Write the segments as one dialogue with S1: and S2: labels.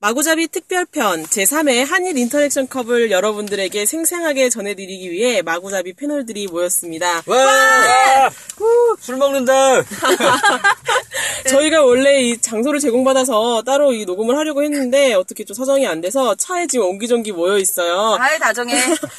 S1: 마구잡이 특별편 제3회 한일 인터랙션 컵을 여러분들에게 생생하게 전해드리기 위해 마구잡이 패널들이 모였습니다.
S2: 와! 후, 술 먹는다.
S1: 저희가 원래 이 장소를 제공받아서 따로 이 녹음을 하려고 했는데 어떻게 좀 서정이 안 돼서 차에 지금 옹기종기 모여 있어요.
S3: 아유 다정해.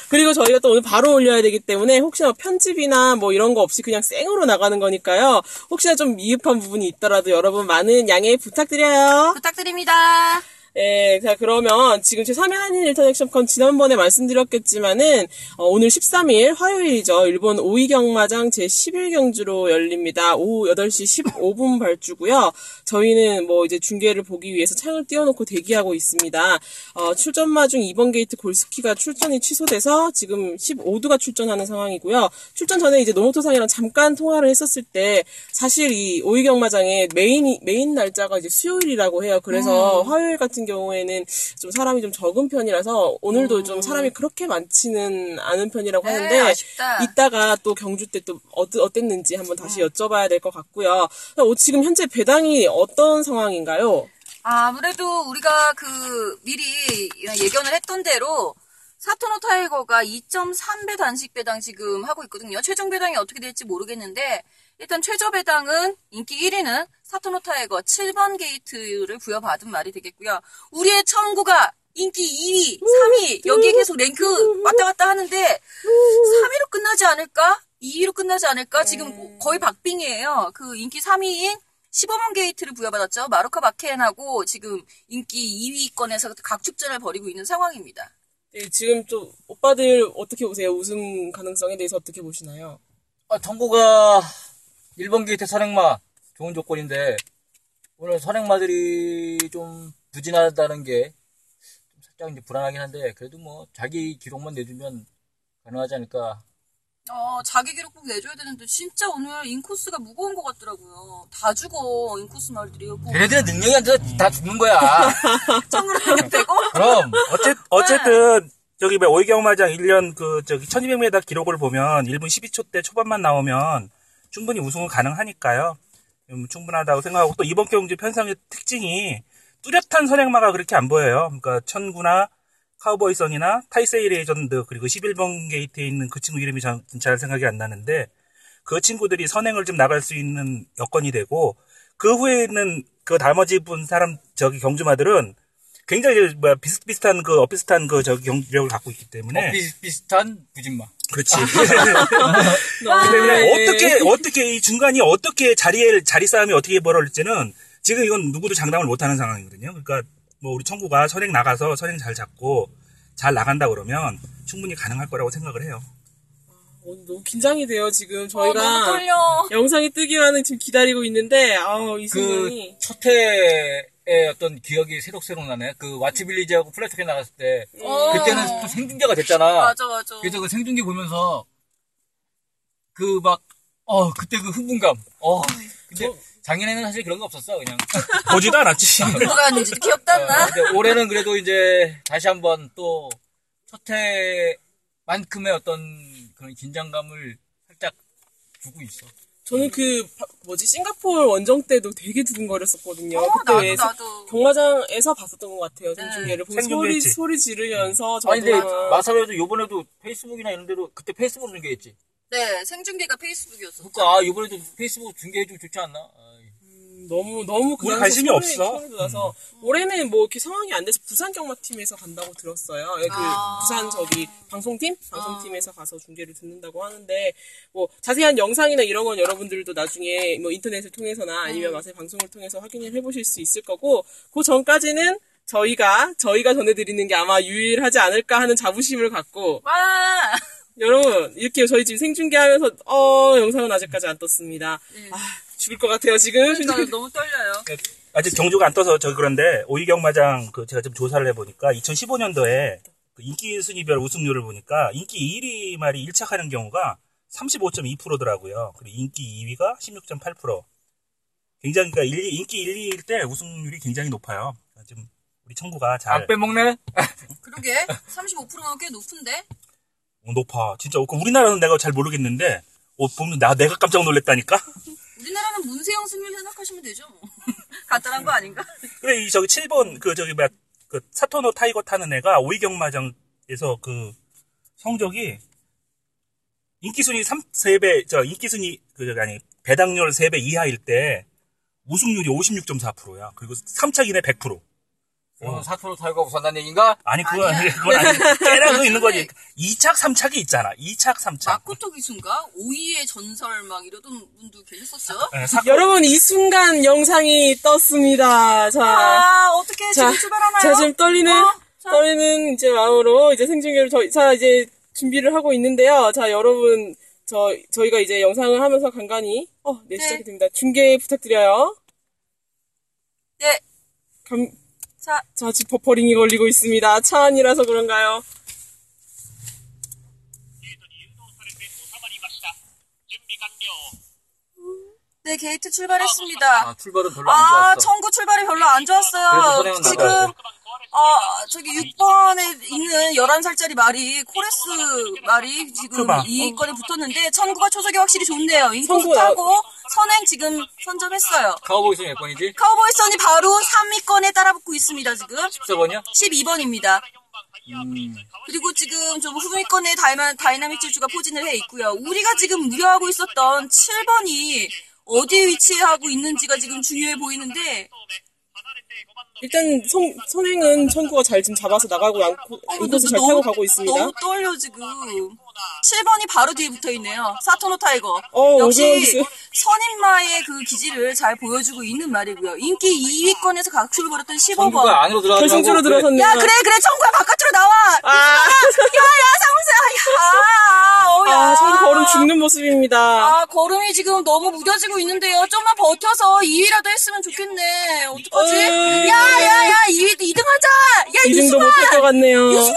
S1: 그리고 저희가 또 오늘 바로 올려야 되기 때문에 혹시나 편집이나 뭐 이런 거 없이 그냥 생으로 나가는 거니까요. 혹시나 좀 미흡한 부분이 있더라도 여러분 많은 양해 부탁드려요.
S3: 부탁드립니다.
S1: 예, 자, 그러면 지금 제 3회 한인 인터넥션컨 지난번에 말씀드렸겠지만은, 어, 오늘 13일 화요일이죠. 일본 오이 경마장 제 11경주로 열립니다. 오후 8시 15분 발주고요 저희는 뭐 이제 중계를 보기 위해서 창을 띄워놓고 대기하고 있습니다. 어, 출전마 중 2번 게이트 골스키가 출전이 취소돼서 지금 15두가 출전하는 상황이고요. 출전 전에 이제 노모토상이랑 잠깐 통화를 했었을 때 사실 이 오이 경마장의 메인 메인 날짜가 이제 수요일이라고 해요.
S3: 음.
S1: 그래서 화요일 같은 경우에는 좀 사람이 좀 적은 편이라서 오늘도 좀 사람이 그렇게 많지는 않은 편이라고
S3: 음. 에이,
S1: 하는데
S3: 네, 아쉽다.
S1: 이따가 또 경주 때 또 어땠는지 한번
S3: 네.
S1: 다시 여쭤봐야 될 것 같고요. 어, 지금 현재 배당이 어떤 상황인가요?
S3: 아무래도 우리가 그 미리 예견을 했던 대로 사토노 타이거가 2.3배 단식 배당 지금 하고 있거든요. 최종 배당이 어떻게 될지 모르겠는데 일단 최저 배당은 인기 1위는 사토노 타이거 7번 게이트를 부여받은 말이 되겠고요. 우리의 청구가 인기 2위, 3위 여기에 계속 랭크 왔다 갔다 하는데 3위로 끝나지 않을까? 2위로 끝나지 않을까? 지금 거의 박빙이에요. 그 인기 3위인 15번 게이트를 부여받았죠. 마루카 바켄하고 지금 인기 2위권에서 각축전을 벌이고 있는 상황입니다.
S1: 네, 지금 또 오빠들 어떻게 보세요? 우승 가능성에 대해서 어떻게 보시나요?
S2: 아, 정고가 1번 게이트 선행마 좋은 조건인데 오늘 선행마들이 좀 부진하다는 게좀 살짝 이제 불안하긴 한데 그래도 뭐 자기 기록만 내주면 가능하지 않을까.
S3: 어, 자기 기록 꼭 내줘야 되는데 진짜 오늘 인코스가 무거운 것 같더라고요. 다 죽어 인코스 말들이 뭐
S2: 걔네들은 능력이 안 돼서 다 죽는 거야.
S3: 정으로 하면 되고
S2: 그럼
S4: 어째, 어쨌든 저기 뭐 오이경마장 1년 그 저기 1200m 기록을 보면 1분 12초대 초반만 나오면 충분히 우승은 가능하니까요. 음, 충분하다고 생각하고 또 이번 경주 편성의 특징이 뚜렷한 선행마가 그렇게 안 보여요. 그러니까 천구나 카우보이선이나 타이세이 레이전드 그리고 11번 게이트에 있는 그 친구 이름이 전- 잘 생각이 안 나는데 그 친구들이 선행을 좀 나갈 수 있는 여건이 되고 그 후에 있는 그 나머지 분 사람 저기 경주마들은 굉장히 뭐 비슷비슷한 그 어비슷한 그 저기 경력을 갖고 있기 때문에
S2: 어, 비슷비슷한 부진마.
S4: 그렇지. 근데 아, 네,
S1: 네.
S4: 어떻게 어떻게 이 중간이 어떻게 자리에 자리 싸움이 어떻게 벌어질지는 지금 이건 누구도 장담을 못하는 상황이거든요. 그러니까 뭐 우리 청구가 선행 나가서 선행 잘 잡고 잘 나간다 그러면 충분히 가능할 거라고 생각을 해요.
S1: 오늘 어, 너무 긴장이 돼요, 지금.
S3: 어,
S1: 저희가.
S3: 너무 떨려.
S1: 영상이 뜨기만은 지금 기다리고 있는데, 아우, 이 순간이.
S2: 그 첫해의 어떤 기억이 새록새록 나네. 그 와치빌리지하고 플래트에 나갔을 때
S3: 어.
S2: 그때는 또 생중계가 됐잖아.
S3: 맞아 맞아.
S2: 그래서 그 생중계 보면서 그 막, 어, 그때 그 흥분감. 어, 근데 작년에는 사실 그런 거 없었어, 그냥.
S4: 보지도 않았지.
S3: 뭐가 왔는지도 기억도 안 나.
S2: 근데 올해는 그래도 이제 다시 한번 또 첫해만큼의 어떤 그런 긴장감을 살짝 주고 있어.
S1: 저는 그, 바- 뭐지, 싱가포르 원정 때도 되게 두근거렸었거든요.
S3: 어,
S1: 네. 그때
S3: 나도,
S1: 왜
S3: 나도.
S1: 경마장에서 봤었던 것 같아요, 생중계를. 보면서 소리,
S4: 생중계했지.
S1: 소리 지르면서. 저도
S2: 아니, 근데
S1: 막-
S2: 마사오에도 요번에도 페이스북이나 이런 데로 그때 페이스북 중계했지.
S3: 네 생중계가 페이스북이었어.
S2: 그러니까, 아, 요번에도 페이스북 중계해주면 좋지 않나? 아이.
S1: 너무, 너무 그
S4: 우리
S1: 당시에
S4: 관심이
S1: 소름이-
S4: 없어. 음.
S1: 소름이 돋아서. 올해는 뭐 이렇게 상황이 안 돼서 부산 경마팀에서 간다고 들었어요. 예, 그,
S3: 아.
S1: 부산 저기, 방송팀? 방송팀에서 가서 중계를 듣는다고 하는데, 뭐, 자세한 영상이나 이런 건 여러분들도 나중에 뭐 인터넷을 통해서나
S3: 음.
S1: 아니면 맛의 방송을 통해서 확인을 해보실 수 있을 거고, 그 전까지는 저희가, 저희가 전해드리는 게 아마 유일하지 않을까 하는 자부심을 갖고,
S3: 와.
S1: 여러분, 이렇게 저희 지금 생중계하면서, 어, 영상은 아직까지 안 떴습니다. 아, 죽을 것 같아요, 지금.
S3: 네. 그러니까 너무 떨려요.
S4: 아직 경주가 안 떠서 저 그런데 오이경마장 그 제가 좀 조사를 해보니까 2015년도에 그 인기 순위별 우승률을 보니까 인기 1위 말이 일착하는 경우가 35.2%더라고요. 그리고 인기 2위가 16.8%. 굉장히 그러니까 1, 인기 1, 2일 때 우승률이 굉장히 높아요. 그러니까 지금 우리 청구가 잘
S2: 안 아, 빼먹네?
S3: 그러게 35%면 꽤 높은데.
S4: 어, 높아. 진짜 그 우리나라는 내가 잘 모르겠는데 어, 보면 나 내가 깜짝 놀랐다니까.
S3: 우리나라는
S1: 그렇죠.
S3: 문세영 승률 생각하시면 되죠. 뭐. 간단한 거 아닌가?
S4: 그래 이 저기 7번 그 저기 뭐야 그 사토노 타이거 타는 애가 오이경마장에서 그 성적이 인기순위 3, 3배, 저, 인기순위, 그, 저기 아니, 배당률 3배 이하일 때 우승률이 56.4%야. 그리고 3차 기내 100%.
S2: 오늘 어, 사투로 탈거 무산다는 얘기인가?
S4: 아니, 그건, 아니, 그건 아니. 깨라고 있는 거지. 2착, 3착이 있잖아. 2착, 3착.
S3: 마코토 기순가 오이의 전설 막 이러던 분도 계셨었죠.
S1: 네.
S4: 예,
S1: 여러분 이 순간 영상이 떴습니다. 자,
S3: 아 어떻게
S1: 자,
S3: 지금 출발하나요?
S1: 자 지금 떨리는
S3: 어? 자.
S1: 떨리는 이제 마음으로 이제 생중계를 저희 자 이제 준비를 하고 있는데요. 자 여러분 저 저희가 이제 영상을 하면서 간간히 어네 시작이 됩니다. 중계 부탁드려요.
S3: 네.
S1: 감,
S3: 자
S1: 자 지금 버퍼링이 걸리고 있습니다. 차 안이라서 그런가요?
S3: 네, 게이트
S2: 아,
S3: 출발했습니다.
S2: 출발은 별로 안 좋았어.
S3: 아, 청구 출발이 별로 안
S2: 그래서
S3: 좋았어요.
S2: 선행은
S3: 지금,
S2: 나가야 돼.
S3: 아, 저기 6번에 있는 11살짜리 말이, 코레스 말이 지금
S4: 그만.
S3: 이권에 붙었는데, 청구가 초석이 확실히 좋네요. 인코스
S1: 청구 나-
S3: 타고, 선행 지금 선점했어요.
S2: 가오보이 선이 몇 번이지?
S3: 카우보이 선이 바로 3위권에 따라붙고 있습니다, 지금.
S2: 14번이야?
S3: 12번입니다. 그리고 지금 좀 후위권에 다이마, 다이나믹 질주가 포진을 해 있고요. 우리가 지금 우려하고 있었던 7번이 어디에 위치하고 있는지가 지금 중요해 보이는데
S1: 일단 선, 선행은 천구가 잘 지금 잡아서 나가고 않고
S3: 어,
S1: 이곳을 잘
S3: 너무-
S1: 타고 가고 있습니다.
S3: 너무 떨려 지금. 7번이 바로 뒤에 붙어 있네요. 사토노 타이거.
S1: 어,
S3: 역시
S1: 오버워치.
S3: 선임마의 그 기질을 잘 보여주고 있는 말이고요. 인기 2위권에서 각출을 벌였던 15번.
S2: 정부가 안으로 들어가고
S1: 결승주로 들어섰네요.
S3: 아, 야 그래 그래 청구야 바깥으로 나와.
S1: 아,
S3: 야야 상무야 야. 어야.
S1: 아, 천구 걸음 죽는 모습입니다.
S3: 아, 걸음이 지금 너무 무뎌지고 있는데요. 좀만 버텨서 2위라도 했으면 좋겠네. 어떡하지?
S1: 어이.
S3: 야, 야, 야, 2위, 2등 하자! 야,
S1: 이
S3: 이승만!
S1: 등도 못할 것 같네요.
S3: 이승만!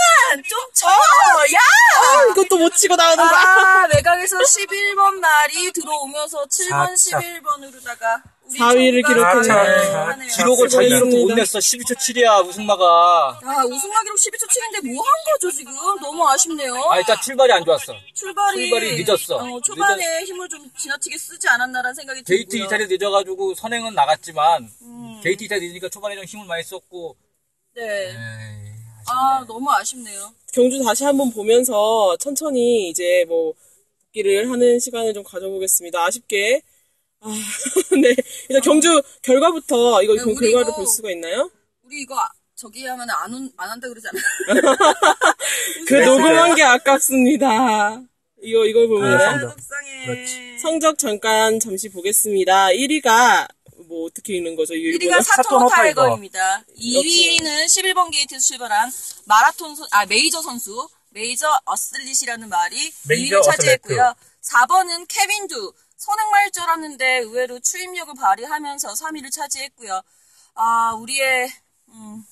S3: 좀 쳐! 야!
S1: 아, 이것도 못 치고 나가는 거.
S3: 아, 외곽에서 11번 말이 들어오면서 7번,
S4: 사-
S3: 11번으로다가. 우리
S1: 4위를
S3: 정부가
S1: 기록했네요.
S3: 하네요.
S2: 기록을
S1: 자,
S2: 자기 이름도 못
S1: 있습니다.
S2: 냈어. 12초 7이야, 우승마가.
S3: 야, 우승하기로 12초 7인데 뭐 한 거죠, 지금? 너무 아쉽네요.
S2: 아, 일단 출발이 안 좋았어.
S3: 출발이,
S2: 출발이 늦었어.
S3: 어, 초반에 힘을 좀 지나치게 쓰지 않았나라는 생각이 들고요.
S2: 게이트 이탈이 늦어가지고 선행은 나갔지만,
S1: 음.
S2: 게이트 이탈이 늦으니까 초반에 좀 힘을 많이 썼고,
S3: 네. 아, 너무 아쉽네요.
S1: 경주 다시 한번 보면서 천천히 이제 뭐 복귀를 하는 시간을 좀 가져보겠습니다. 아쉽게. 아, 네. 일단 경주 결과부터 이거
S3: 네,
S1: 경-
S3: 우리
S1: 결과를
S3: 이거-
S1: 볼 수가 있나요?
S3: 우리 이거 아- 저기 하면 안, 온- 안 한다 그러잖아.
S1: 그 녹음한 게 아깝습니다. 이거 이걸 보면
S4: 아,
S1: 은
S3: 네.
S4: 성적.
S3: 속상해.
S4: 그렇지.
S1: 성적 잠깐 잠시 보겠습니다. 1위가 뭐 어떻게 읽는 거죠? 이
S3: 1위가
S1: 일본은?
S3: 사토노
S4: 사토노
S3: 타이거입니다. 2위는 11번 게이트에서 출발한 마라톤 선, 아 메이저 선수 메이저 어슬릿이라는 말이
S4: 메이저
S3: 2위를 차지했고요.
S4: 어슬릿.
S3: 4번은 케빈두 선행말 줄 알았는데 의외로 추임력을 발휘하면서 3위를 차지했고요. 아 우리의 음,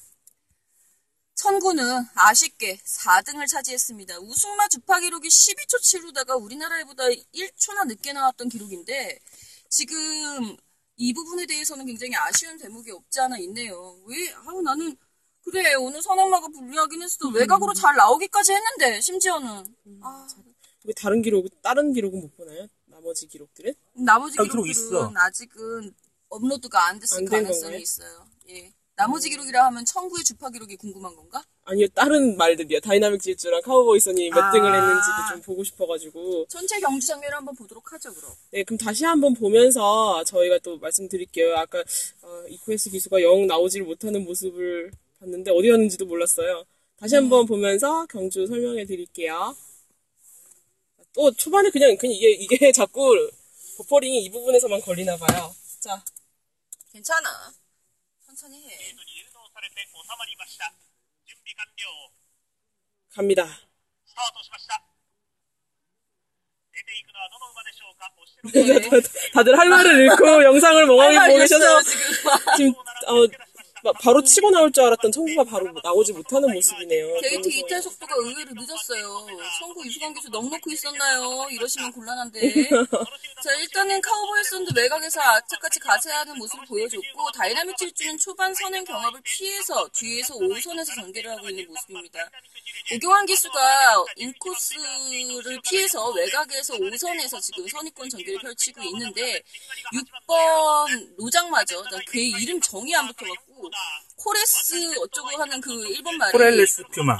S3: 천구는 아쉽게 4등을 차지했습니다. 우승마 주파 기록이 12초 7루다가 우리나라보다 1초나 늦게 나왔던 기록인데 지금 이 부분에 대해서는 굉장히 아쉬운 대목이 없지 않아 있네요. 왜? 아우 나는 그래 오늘 선엄마가 불리하긴 했어.
S4: 음.
S3: 외곽으로 잘 나오기까지 했는데 심지어는 아
S1: 왜 다른 기록 다른 기록은 못 보나요? 나머지 기록들은?
S3: 나머지
S4: 아, 기록
S3: 기록들은
S4: 있어.
S3: 아직은 업로드가 안 됐을
S1: 안된
S3: 가능성이
S1: 건가요?
S3: 있어요. 예. 나머지 기록이라 하면 청구의 주파 기록이 궁금한 건가?
S1: 아니요 다른 말들이요. 다이나믹 질주랑 카우보이 선이 몇
S3: 아.
S1: 등을 했는지도 좀 보고 싶어가지고
S3: 전체 경주 장면을 한번 보도록 하죠 그럼.
S1: 네, 그럼 다시 한번 보면서 저희가 또 말씀드릴게요. 아까 어, 이코에스 기수가 영 나오질 못하는 모습을 봤는데 어디 갔는지도 몰랐어요.
S3: 네.
S1: 다시 한번 보면서 경주 설명해 드릴게요. 또 초반에 그냥 그냥 이게 이게 자꾸 버퍼링이 이 부분에서만 걸리나 봐요. 자,
S3: 괜찮아. 천천히 해.
S1: 갑니다.
S5: スタートしました。出ていくのはどの馬でしょうか。押しての
S1: 다들 할 말을 잃고 영상을 멍하니 보고 계셔서
S3: 네. 알려주세요, 지금.
S1: 지금 어, 막 바로 치고 나올 줄 알았던 청구가 바로 뭐 나오지 못하는 모습이네요. 그래서-
S3: 게이트 이탈 속도가 의외로 늦었어요. 청구 이수광 교수 넉 놓고 있었나요? 이러시면 곤란한데. 자, 일단은 카우보이 선도 외곽에서 아차같이 가세하는 모습을 보여줬고, 다이나믹 질주는 초반 선행 경합을 피해서 뒤에서 5선에서 전개를 하고 있는 모습입니다. 오경환 기수가 인코스를 피해서 외곽에서 5선에서 지금 선입권 전개를 펼치고 그러니까 있는데, 6번 로장마저, 나걔 이름 정이 안 붙어갖고, 코레스 어쩌고 하는 그 일본 말이
S4: 코렐레스 퓨마.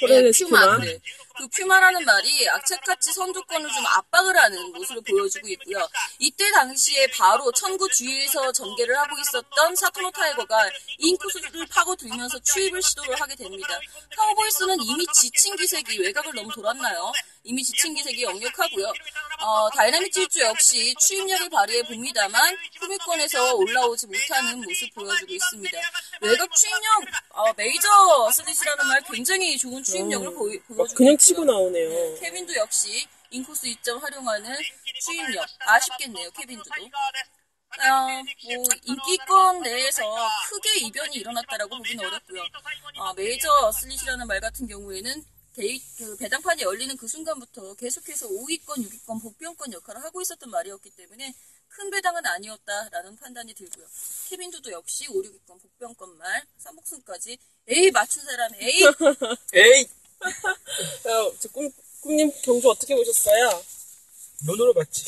S1: 코레스 퓨마.
S3: 네. 그 퓨마라는 말이 악착같이 선조권을 좀 압박을 하는 모습을 보여주고 있고요. 이때 당시에 바로 천구 주위에서 전개를 하고 있었던 사토노 타이거가 인코스를 파고들면서 추입을 시도를 하게 됩니다. 카우보이스는 이미 지친 기색이 외곽을 너무 돌았나요? 이미 지친 기색이 역력하고요. 어, 다이나믹 질주 역시 추입력을 발휘해 봅니다만 후미권에서 올라오지 못하는 모습 보여주고 있습니다. 외곽 추입력 어, 메이저 스리시라는 말 굉장히 좋은 추입력을 보여주고
S1: 막
S3: 있고요.
S1: 그냥 치고 나오네요.
S3: 케빈도 역시 인코스 2점 활용하는 추임력 아쉽겠네요 케빈도도 어, 뭐 인기권 내에서 크게 이변이 일어났다라고 보기는 어렵고요 어, 메이저 슬릿이라는 말 같은 경우에는 데이, 그 배당판이 열리는 그 순간부터 계속해서 5위권, 6위권, 복병권 역할을 하고 있었던 말이었기 때문에 큰 배당은 아니었다라는 판단이 들고요. 케빈도도 역시 5, 6위권, 복병권 말, 삼복순까지 에이 맞춘 사람 에이
S2: 에이!
S1: 어, 저 꿈, 꿈님 경주 어떻게 보셨어요?
S4: 눈으로 봤지.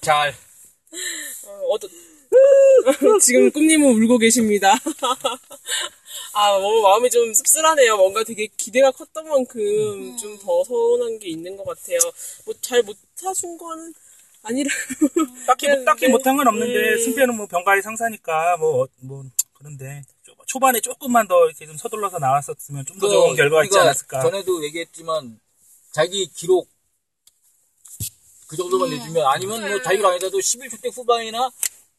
S2: 잘.
S1: 어, 어떠... 지금 꿈님은 울고 계십니다. 아, 너무 마음이 좀 씁쓸하네요. 뭔가 되게 기대가 컸던 만큼
S3: 음.
S1: 좀 더 서운한 게 있는 것 같아요. 뭐 잘 못 사준 건 아니라.
S3: 음.
S4: 딱히, 뭐,
S1: 그런데-
S4: 딱히 못한 건 없는데,
S1: 음.
S2: 네.
S4: 승패는 뭐 병가의 상사니까, 뭐, 어, 뭐, 그런데. 초- 초반에 조금만 더 이렇게 좀 서둘러서 나왔었으면 좀 더
S2: 그,
S4: 좋은 결과가 있지
S2: 우리가
S4: 않았을까.
S2: 전에도 얘기했지만 자기 기록 그 정도만
S1: 음.
S2: 내주면 아니면
S1: 네.
S2: 뭐 자기가 아니라도 11초 대 후반이나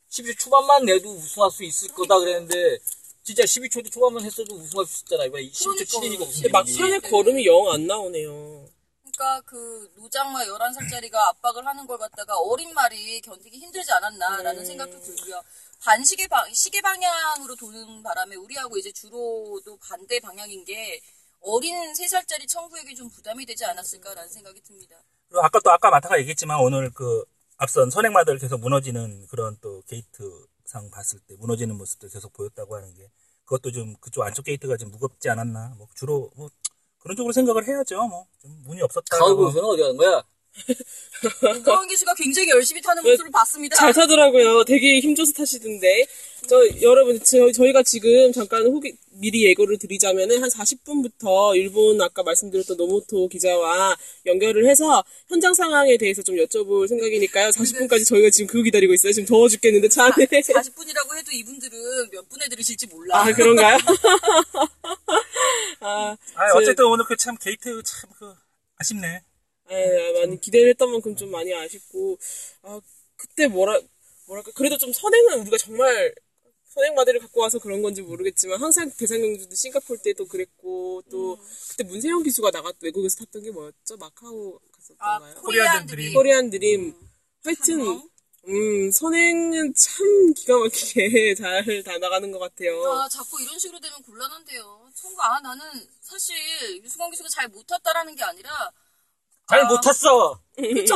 S2: 11초 초반만 내도 우승할 수 있을 거다 그랬는데 진짜 12초 대 초반만 했어도 우승할 수 있잖아 이번에 10초 7인이가
S1: 그러니까.
S2: 우승이
S1: 근데 막판에
S3: 네.
S1: 걸음이 영 안 나오네요.
S3: 그러니까 그 노장마 11살짜리가 압박을 하는 걸 갖다가 어린 말이 견디기 힘들지
S4: 네.
S3: 않았나라는 생각도 들고요. 반시계 방, 시계 방향으로 도는 바람에 우리하고 이제 주로도 반대 방향인 게 어린 3살짜리 청구에게 좀 부담이 되지 않았을까라는 생각이 듭니다.
S4: 그리고 아까 또 아까 마타가 얘기했지만 오늘 그 앞선 선행마들 계속 무너지는 그런 또 게이트상 봤을 때 무너지는 모습도 계속 보였다고 하는 게 그것도 좀 그쪽 안쪽 게이트가 좀 무겁지 않았나 뭐 주로 뭐 그런 쪽으로 생각을 해야죠 뭐좀 운이 없었다
S2: 가을보에서는 어디 가는 거야?
S3: 문가원 교수가 굉장히 열심히 타는
S4: 예.
S3: 모습을 봤습니다.
S1: 잘 타더라고요. 되게 힘줘서 타시던데. 저 여러분 저, 저희가 지금 잠깐 후기 미리 예고를 드리자면은 한 40분부터 일본 아까 말씀드렸던 노모토 기자와 연결을 해서 현장 상황에 대해서 좀 여쭤볼 생각이니까요. 40분까지 저희가 지금 그거 기다리고 있어요. 지금 더워 죽겠는데 차 안에.
S3: 아, 40분이라고 해도 이분들은 몇 분에 들으실지 몰라.
S1: 아 그런가요? 아,
S4: 아 어쨌든 오늘 그 참 게이트 참 그 아쉽네
S1: 아, 많이 기대를 했던 만큼 좀 많이 아쉽고 아 그때 뭐라 뭐랄까 그래도 좀 선행은 우리가 정말 선행 마대를 갖고 와서 그런 건지 모르겠지만 항상 대상경주도 싱가포르 때도 그랬고 또
S3: 음.
S1: 그때 문세영 기수가 나갔 외국에서 탔던 게 뭐였죠 마카오
S3: 아,
S1: 갔었던가요?
S4: 아,
S1: 그
S4: 코리안들이.
S1: 코리안 드림 하여튼 음 선행은 참 기가 막히게 잘 다 나가는 것 같아요.
S3: 아, 자꾸 이런 식으로 되면 곤란한데요. 청구, 아, 나는 사실 유승원 교수가 잘 못 탔다라는 게 아니라
S2: 잘 못 탔어
S3: 그쵸?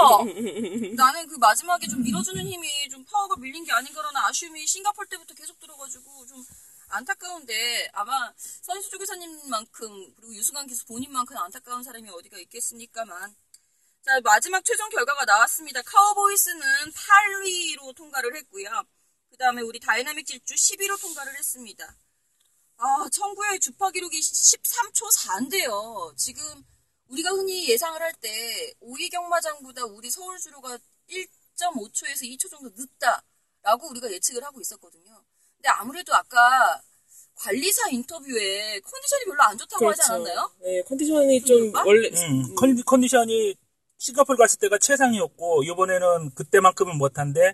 S3: 나는 그 마지막에 좀 밀어주는 힘이 좀 파워가 밀린 게 아닌가라는 아쉬움이 싱가폴 때부터 계속 들어가지고 좀 안타까운데 아마 선수조 기사님만큼 그리고 유승환 기수 본인만큼 안타까운 사람이 어디가 있겠습니까만 자 마지막 최종 결과가 나왔습니다. 카우보이스는 8위로 통과를 했고요. 그 다음에 우리 다이나믹 질주 11위로 통과를 했습니다. 아, 청구의 주파 기록이 13초 4인데요. 지금 우리가 흔히 예상을 할 때 오이 경마장보다 우리 서울 주로가 1.5초에서 2초 정도 늦다라고 우리가 예측을 하고 있었거든요. 근데 아무래도 아까 관리사 인터뷰에 컨디션이 별로 안 좋다고 하지 않았나요?
S1: 네 컨디션이 좀
S3: 그런가?
S1: 원래
S4: 음, 컨디, 컨디션이 싱가포르 갔을 때가 최상이었고 이번에는 그때만큼은 못한데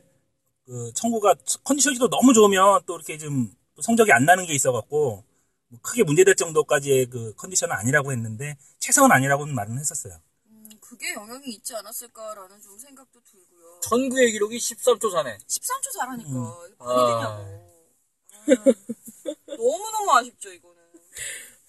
S4: 그 청구가 컨디션이 또 너무 좋으면 또 이렇게 좀또 성적이 안 나는 게 있어갖고 뭐 크게 문제될 정도까지의 그 컨디션은 아니라고 했는데 최상은 아니라고는 말은 했었어요.
S3: 음, 그게 영향이 있지 않았을까라는 좀 생각도 들고요.
S2: 전구의 기록이 13초 사네
S3: 13초 잘하니까 이게 말이
S2: 아.
S3: 되냐고. 아, 너무너무 아쉽죠 이거는.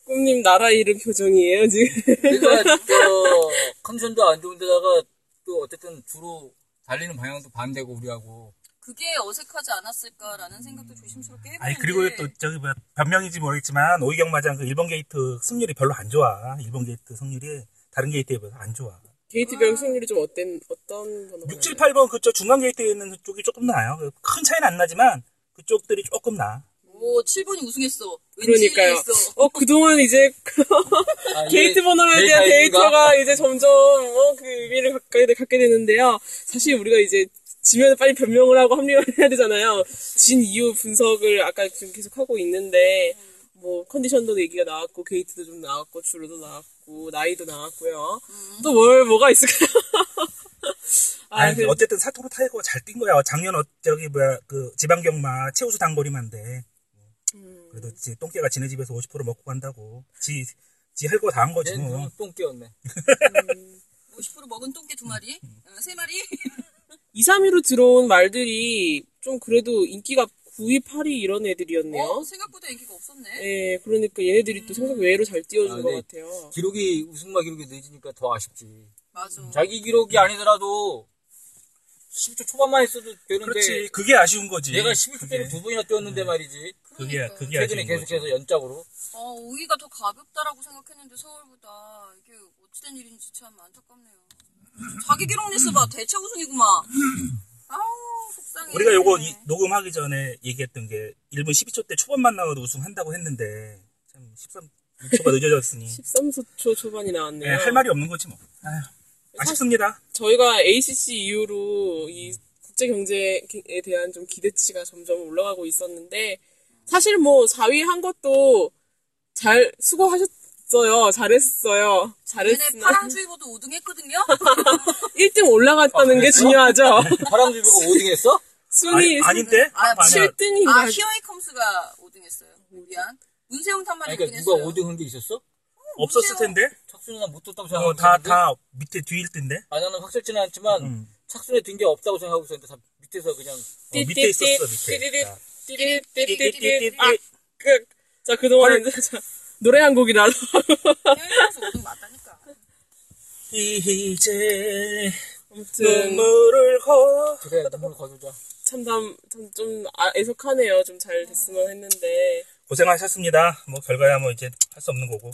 S1: 꿈님 나라 이름 표정이에요 지금.
S2: 그러니까 저 컨디션도 안 좋은데다가 또 어쨌든 주로 달리는 방향도 반대고 우리하고
S3: 그게 어색하지 않았을까라는 생각도 조심스럽게 해보는데
S4: 아니 그리고 또 저기 뭐야 변명인지 모르겠지만 오이경 마장 그 일본 게이트 승률이 별로 안 좋아. 일본 게이트 승률이 다른 게이트에 비해서 안 좋아.
S1: 게이트별 승률이 좀 어떤 어떤 번호가
S4: 6, 7, 8번 그쪽 중간 게이트에 있는 쪽이 조금 나아요. 큰 차이는 안 나지만 그쪽들이 조금 나.
S3: 오, 7번이 우승했어. 왠지
S1: 그러니까요.
S3: 했어. 뭐
S1: 어, 그동안 이제
S2: 아, 이게
S1: 게이트 번호에
S2: 제일
S1: 대한
S2: 다행인가?
S1: 데이터가 이제 점점 어, 그 의미를 갖게, 갖게 되는데요. 사실 우리가 이제 지면 빨리 변명을 하고 합리화를 해야 되잖아요. 진 이유 분석을 아까 지금 계속 하고 있는데 뭐 컨디션도 얘기가 나왔고 게이트도 좀 나왔고 주로도 나왔고 나이도 나왔고요. 또 뭘 뭐가 있을까요? 아,
S4: 아니, 뭐
S1: 그-
S4: 어쨌든 사토로 타이거가 잘 뛴 거야. 작년 어, 저기 뭐야 그 지방경마 최우수 단거리만데 그래도 이제 똥개가 지네 집에서 50% 먹고 간다고 지 지 할 거 다 한 거지
S2: 내
S4: 뭐.
S2: 눈은 똥 깨었네.
S3: 50% 먹은 똥개 두 마리? 어, 세 마리?
S1: 2, 3위로 들어온 말들이 좀 그래도 인기가 9위, 8위 이런 애들이었네요.
S3: 어, 생각보다 인기가 없었네.
S1: 예, 그러니까 얘네들이 또 생각 외로 잘 띄워준
S2: 아,
S1: 것
S2: 네.
S1: 같아요.
S2: 기록이 우승마 기록이 늦으니까 더 아쉽지.
S3: 맞아.
S2: 자기 기록이 아니더라도 10초 초반만 했어도 되는데
S4: 그렇지. 그게 아쉬운 거지.
S2: 내가 11초대로 두 번이나 뛰었는데 말이지.
S4: 그게
S3: 그러니까요.
S4: 그게
S2: 최근에
S4: 아쉬운 거지.
S2: 계속해서 연짝으로.
S3: 어, 5위가 더 가볍다라고 생각했는데 서울보다 이게 어찌된 일인지 참 안타깝네요. 자기 기록 뉴스 봐. 대체 우승이구만. 아우, 속상해.
S4: 우리가 요거 이- 녹음하기 전에 얘기했던 게 1분 12초 때 초반만 나와도 우승한다고 했는데 참 13초가 늦어졌으니
S1: 13초 초반이
S4: 예,
S1: 나왔네요.
S4: 할 말이 없는 거지 뭐. 아휴, 아쉽습니다.
S1: 저희가 ACC 이후로 이 국제 경제에 대한 좀 기대치가 점점 올라가고 있었는데 사실 뭐 4위 한 것도 잘 수고하셨어요. 잘했어요.
S3: 얘네
S1: 잘했으나
S3: 파랑주의보도 5등 했거든요?
S1: 1등 올라갔다는
S2: 아,
S1: 게
S2: 그랬어?
S1: 중요하죠.
S2: 바람주비가 5등 했어?
S1: 순위
S4: 아니, 아닌데?
S3: 아,
S4: 아니야.
S1: 7등이
S3: 아, 히어이컴스가 5등 했어요. 미안. 문세웅 탐만이
S2: 아니,
S3: 5등
S2: 그러니까
S3: 했어요.
S2: 누가 5등 한 게 있었어?
S4: 없었을 텐데.
S2: 착순이나 못 뒀다고
S4: 어,
S2: 생각하고
S4: 다,
S2: 있었는데?
S4: 다 밑에 뒤일 텐데.
S2: 아 나는 확실치는 않지만 착순에 든 게 없다고 생각하고 있었는데 다 밑에서 그냥
S4: 어, 밑에 있었어, 밑에. 자,
S1: 아, 그, 자 그동안 노래 한 곡이라도
S3: 히어이컴스 5등 맞다니까.
S4: 이제 네,
S1: 아무튼
S4: 뭐. 눈물을 흘
S2: 그래 눈물 거두자.
S1: 참담 참, 좀 아, 애석하네요. 좀 잘 됐으면 했는데
S4: 고생하셨습니다. 뭐 결과야 뭐 이제 할 수 없는 거고.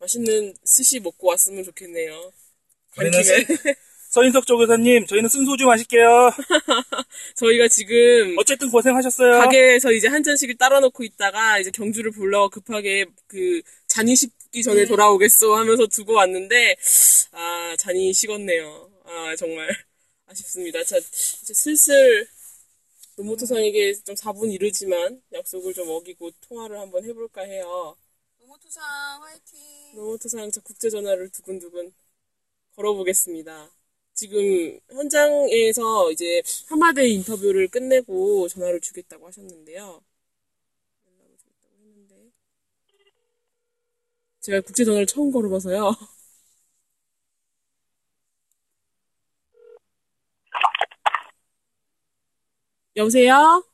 S1: 맛있는 스시 먹고 왔으면 좋겠네요. 간
S4: 우리는
S1: 김에
S4: 서인석 조교사님, 저희는 쓴소주 마실게요.
S1: 저희가 지금
S4: 어쨌든 고생하셨어요.
S1: 가게에서 이제 한 잔씩을 따라 놓고 있다가 이제 경주를 불러 급하게 그 잔이 식기 전에 돌아오겠소 하면서 두고 왔는데 아 잔이 식었네요. 아 정말 아쉽습니다. 자 이제 슬슬 노모토상에게 좀 4분 이르지만 약속을 좀 어기고 통화를 한번 해볼까 해요.
S3: 노모토상 화이팅.
S1: 노모토상 저 국제 전화를 두근두근 걸어보겠습니다. 지금 현장에서 이제 한마디 인터뷰를 끝내고 전화를 주겠다고 하셨는데요. 연락을 주겠다고 했는데 제가 국제 전화를 처음 걸어봐서요. 여보세요?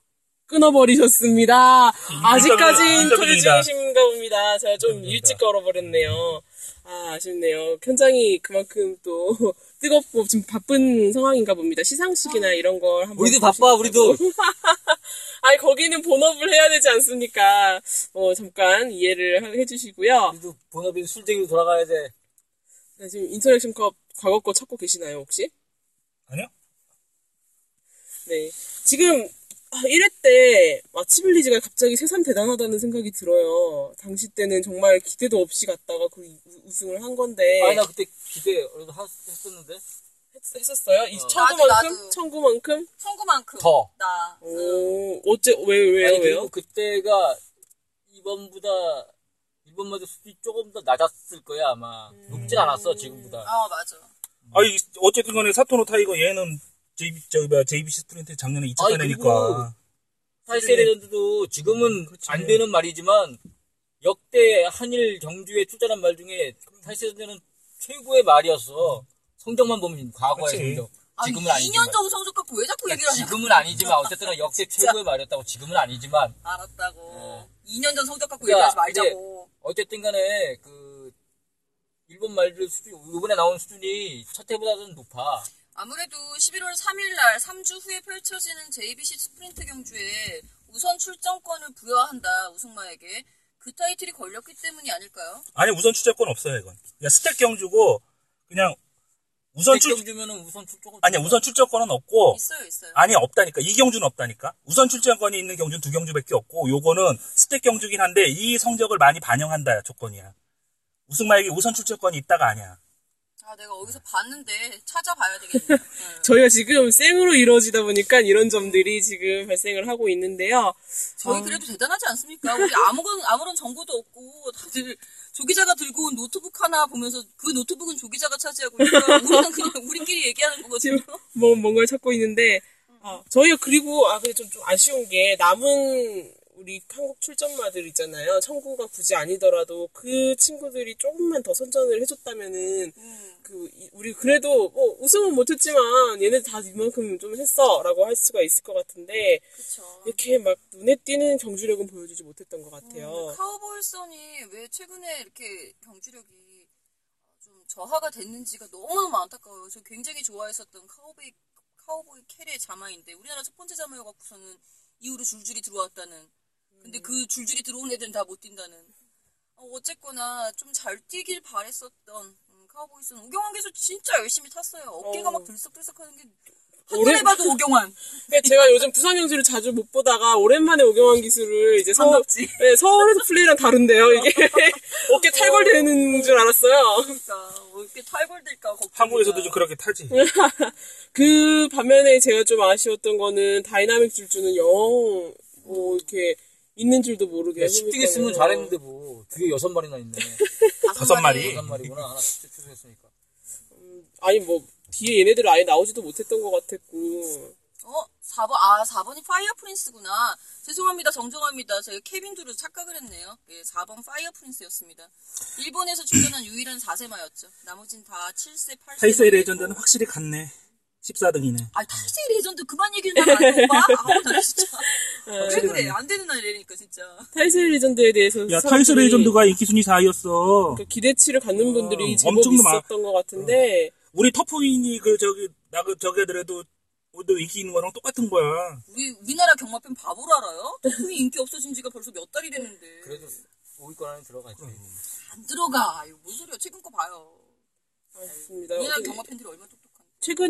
S1: 끊어버리셨습니다. 아직까지 인터뷰
S4: 인터뷰입니다.
S1: 중이신가 봅니다. 제가 좀 일찍 걸어버렸네요. 아, 아쉽네요. 현장이 그만큼 또 뜨겁고 지금 바쁜 상황인가 봅니다. 시상식이나 이런 걸 한번
S2: 뭐 우리도 바빠 우리도.
S1: 아니 거기는 본업을 해야 되지 않습니까? 어 잠깐 이해를 하- 해주시고요.
S2: 우리도 본업인 술쟁이로 돌아가야 돼.
S1: 네, 지금 인터랙션 컵 과거 거 찾고 계시나요 혹시?
S4: 아니요?
S1: 네. 지금 1회 때 마치빌리지가 갑자기 새삼 대단하다는 생각이 들어요. 당시 때는 정말 기대도 없이 갔다가 그 우- 우승을 한 건데
S2: 아니 나 그때 기대 그래도 하- 했었는데
S1: 했, 었어요이
S3: 나도,
S1: 청구만큼?
S3: 나도.
S1: 청구만큼?
S3: 청구만큼.
S2: 더.
S3: 나.
S1: 오 어째 왜 왜요
S2: 아니 그리고
S1: 왜요?
S2: 그때가 이번보다 이번마다 수준이 조금 더 낮았을 거야 아마 높진 않았어 지금보다
S3: 아, 맞아.
S4: 아니, 어쨌든 간에 사토노 타이거 얘는 JB, 저기 뭐야, JBC 스프린트 작년에 2차
S2: 아니,
S4: 사내니까.
S2: 사실 세레전드도
S4: 음,
S2: 지금은
S4: 그렇죠.
S2: 안 되는 말이지만 역대 한일 경주에 출전한 말 중에 사실 세레전드는 최고의 말이었어 성적만 보면 과거의
S4: 그치.
S2: 성적
S3: 아니,
S2: 지금은 아니지만 그러니까
S3: 2년 전 성적 갖고 왜 자꾸 얘기를 하냐.
S2: 지금은 아니지만 어쨌든 역대 최고의 말이었다고 지금은 아니지만 네.
S3: 알았다고. 2년 전 성적 갖고
S2: 야,
S3: 얘기하지 말자고.
S2: 어쨌든 간에 그 일본 말들 수준 이번에 나온 수준이 첫 해보다는 높아
S3: 아무래도 11월 3일 날 3주 후에 펼쳐지는 JBC 스프린트 경주에 우선 출전권을 부여한다, 우승마에게. 그 타이틀이 걸렸기 때문이 아닐까요?
S4: 아니, 우선 출제권 없어요, 이건. 그냥 스택 경주고, 그냥 우선 출
S2: 백경 주면은 우선 축조금
S4: 아니야 우선 출전권은 없고
S3: 있어요, 있어요.
S4: 아니 없다니까 이 경주는 없다니까 우선 출전권이 있는 경주는 두 경주밖에 없고 요거는 스택 경주긴 한데 이 성적을 많이 반영한다 조건이야 우승마에게 우선 출전권이 있다가 아니야
S3: 아, 내가 어디서 봤는데 찾아봐야 되겠네요. 네.
S1: 저희가 지금 생으로 이루어지다 보니까 이런 점들이 지금 발생을 하고 있는데요.
S3: 저희 그래도 대단하지 않습니까? 우리 아무건 아무런 정보도 없고 다들 조 기자가 들고 온 노트북 하나 보면서 그 노트북은 조 기자가 차지하고 있으니까 우리는 그냥 우리끼리 얘기하는 거거든요.
S1: 뭐 뭔가를 찾고 있는데 아, 저희가 그리고 아 근데 좀, 좀 아쉬운 게 남은 우리 한국 출전마들 있잖아요. 청구가 굳이 아니더라도 그 친구들이 조금만 더 선전을 해줬다면은
S3: 음,
S1: 그 이- 우리 그래도 뭐 우승은 못했지만 얘네 다 이만큼 좀 했어라고 할 수가 있을 것 같은데
S3: 그렇죠.
S1: 이렇게 막 눈에 띄는 경주력은 보여주지 못했던 것
S4: 어.
S1: 같아요.
S3: 음. 카우보이선이 왜 최근에 이렇게 경주력이 좀 저하가 됐는지가 너무너무 안타까워요. 저 굉장히 좋아했었던 카우보이 카우보이 캐리의 자마인데 우리나라 첫 번째 자마여 갖고서는 이후로 줄줄이 들어왔다는. 근데
S4: 음.
S3: 그 줄줄이 들어온 애들은 다 못 뛴다는. 어, 어쨌거나 좀 잘 뛰길 바랬었던 음, 카우보이스는 오경환 계속 진짜 열심히 탔어요. 어깨가
S1: 어.
S3: 막 들썩들썩하는 게
S1: 오래-
S3: 한눈에
S4: 그
S3: 봐도 오경환.
S1: 근데 제가 요즘 부산 경주를 자주 못 보다가 오랜만에 오경환 기술을 이제 서울,
S4: 어.
S3: 반갑지.
S1: 네, 서울에서 플레이랑 다른데요, 이게. 어깨 탈골되는 줄 알았어요.
S3: 그러니까 뭐 이렇게 탈골될까 걱정.
S4: 한국에서도 좀 그렇게 탈지
S1: 그 반면에 제가 좀 아쉬웠던 거는 다이나믹 질주는 영, 뭐, 이렇게 있는 줄도 모르게.
S2: 예, 네, 10등 했으면
S1: 해보니까요.
S2: 잘했는데 뭐 뒤에 여섯 마리나 있네
S4: 그 다섯 마리
S2: 여섯 마리구나 하나 취소했으니까
S1: 아니, 뭐, 뒤에 얘네들은 아예 나오지도 못했던 것 같았고.
S3: 어? 4번, 아, 4번이 파이어 프린스구나. 죄송합니다. 정정합니다. 제가 케빈 두루 착각을 했네요. 예, 4번 파이어 프린스였습니다. 일본에서 출전한 유일한 4세마였죠. 나머진 다 7세, 8세.
S4: 타이세이 레전드는 확실히 갔네 14등이네
S3: 아, 타이세 레전드 그만 얘기를 나안 돼, 오빠? 아우, 나 진짜.
S4: 어,
S3: 왜 그래? 안 되는 날이라니까, 진짜.
S1: 타이스 레전드에 대해서.
S4: 야 타이세이
S1: 사람들이
S4: 레전드가 인기 순위 4위였어
S1: 그 기대치를 갖는 분들이 제법
S4: 엄청도 많-
S1: 있었던 것 같은데.
S4: 우리 터프인이 그 저기 나 그 저기 애들에도 모두 인기 있는 거랑 똑같은 거야
S3: 우리, 우리나라 경마팬 바보로 알아요? 그 인기 없어진 지가 벌써 몇 달이 됐는데.
S2: 그래도 5위권 안에 들어가 있지
S4: 음.
S3: 안 들어가. 이거 무슨 소리야. 최근 거 봐요.
S4: 네,
S1: 맞습니다.
S3: 우리나라
S1: 어디-
S3: 경마팬들이 얼마나 똑똑한데.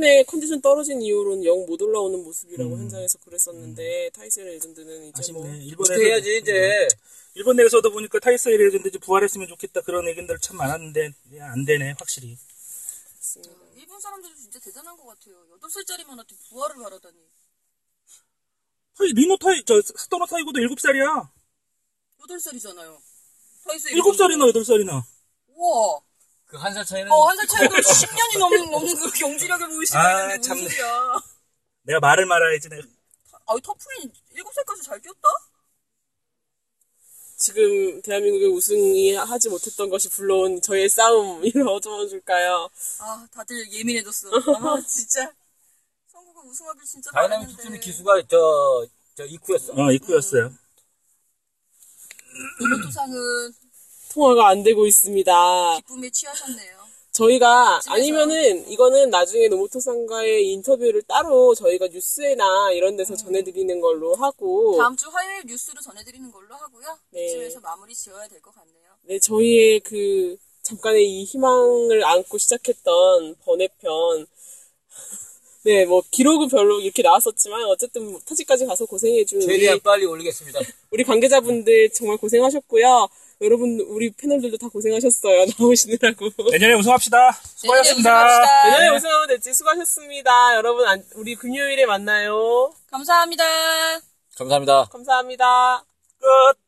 S1: 최근에 컨디션 떨어진 이후로는 영 못 올라오는 모습이라고 현장에서 그랬었는데 타이세 레전드는 이제 뭐
S4: 아쉽네 일본에서 음.
S2: 해야지 이제
S3: 음.
S4: 일본 내에서도 보니까 타이세이 레전드 이제 부활했으면 좋겠다 그런 의견들 참 많았는데 예, 안 되네 확실히
S3: 일본 사람들도 진짜 대단한 것 같아요. 8살짜리만 한테 부활을 바라다니.
S4: 타이 리노 타이 저 스토너 타이거도 7살이야
S3: 8살이잖아요. 타이스
S4: 7살이나 8살이나
S3: 우와.
S2: 그 한 살 차이는
S3: 어, 한 살 차이도 10년이 넘는, 넘는 그 경지력을 보이시는
S4: 아,
S3: 분인데
S4: 참네.
S3: 무슨 소리야. 아,
S4: 내가 말을 말아야지 내가
S3: 터프린 7살까지 잘 뛰었다?
S1: 지금 대한민국의 우승이 하지 못했던 것이 불러온 저희의 싸움이라 어쩌면줄까요?
S3: 아, 다들 예민해졌어. 아, 진짜. 성구가 우승하길 진짜
S2: 다이나믹
S3: 바랬는데.
S2: 수준의 기수가 저, 저 이쿠였어
S3: 음.
S4: 어 입구였어요
S3: 로또상은
S1: 통화가 안 되고 있습니다.
S3: 기쁨에 취하셨네요.
S1: 저희가
S3: 집에서.
S1: 아니면은 이거는 나중에 노모토상과의 인터뷰를 따로 저희가 뉴스에나 이런 데서 전해드리는 걸로
S4: 어.
S1: 하고
S3: 음. 다음 주 화요일 뉴스로 전해드리는 걸로 하고요.
S1: 네.
S3: 이쯤에서 마무리 지어야 될 것 같네요.
S1: 네, 저희의 그 잠깐의 이 희망을 안고 시작했던 번외편. 네, 뭐 기록은 별로 이렇게 나왔었지만 어쨌든 뭐 타지까지 가서 고생해준 우리,
S2: 최대한 빨리 올리겠습니다
S1: 우리 관계자분들 정말 고생하셨고요. 여러분 우리 패널들도 다 고생하셨어요. 나오시느라고.
S4: 내년에 우승합시다 수고하셨습니다
S3: 네,
S1: 내년에 우승하면 됐지. 수고하셨습니다. 여러분 안- 우리 금요일에 만나요.
S3: 감사합니다.
S2: 감사합니다
S1: 감사합니다.
S4: 끝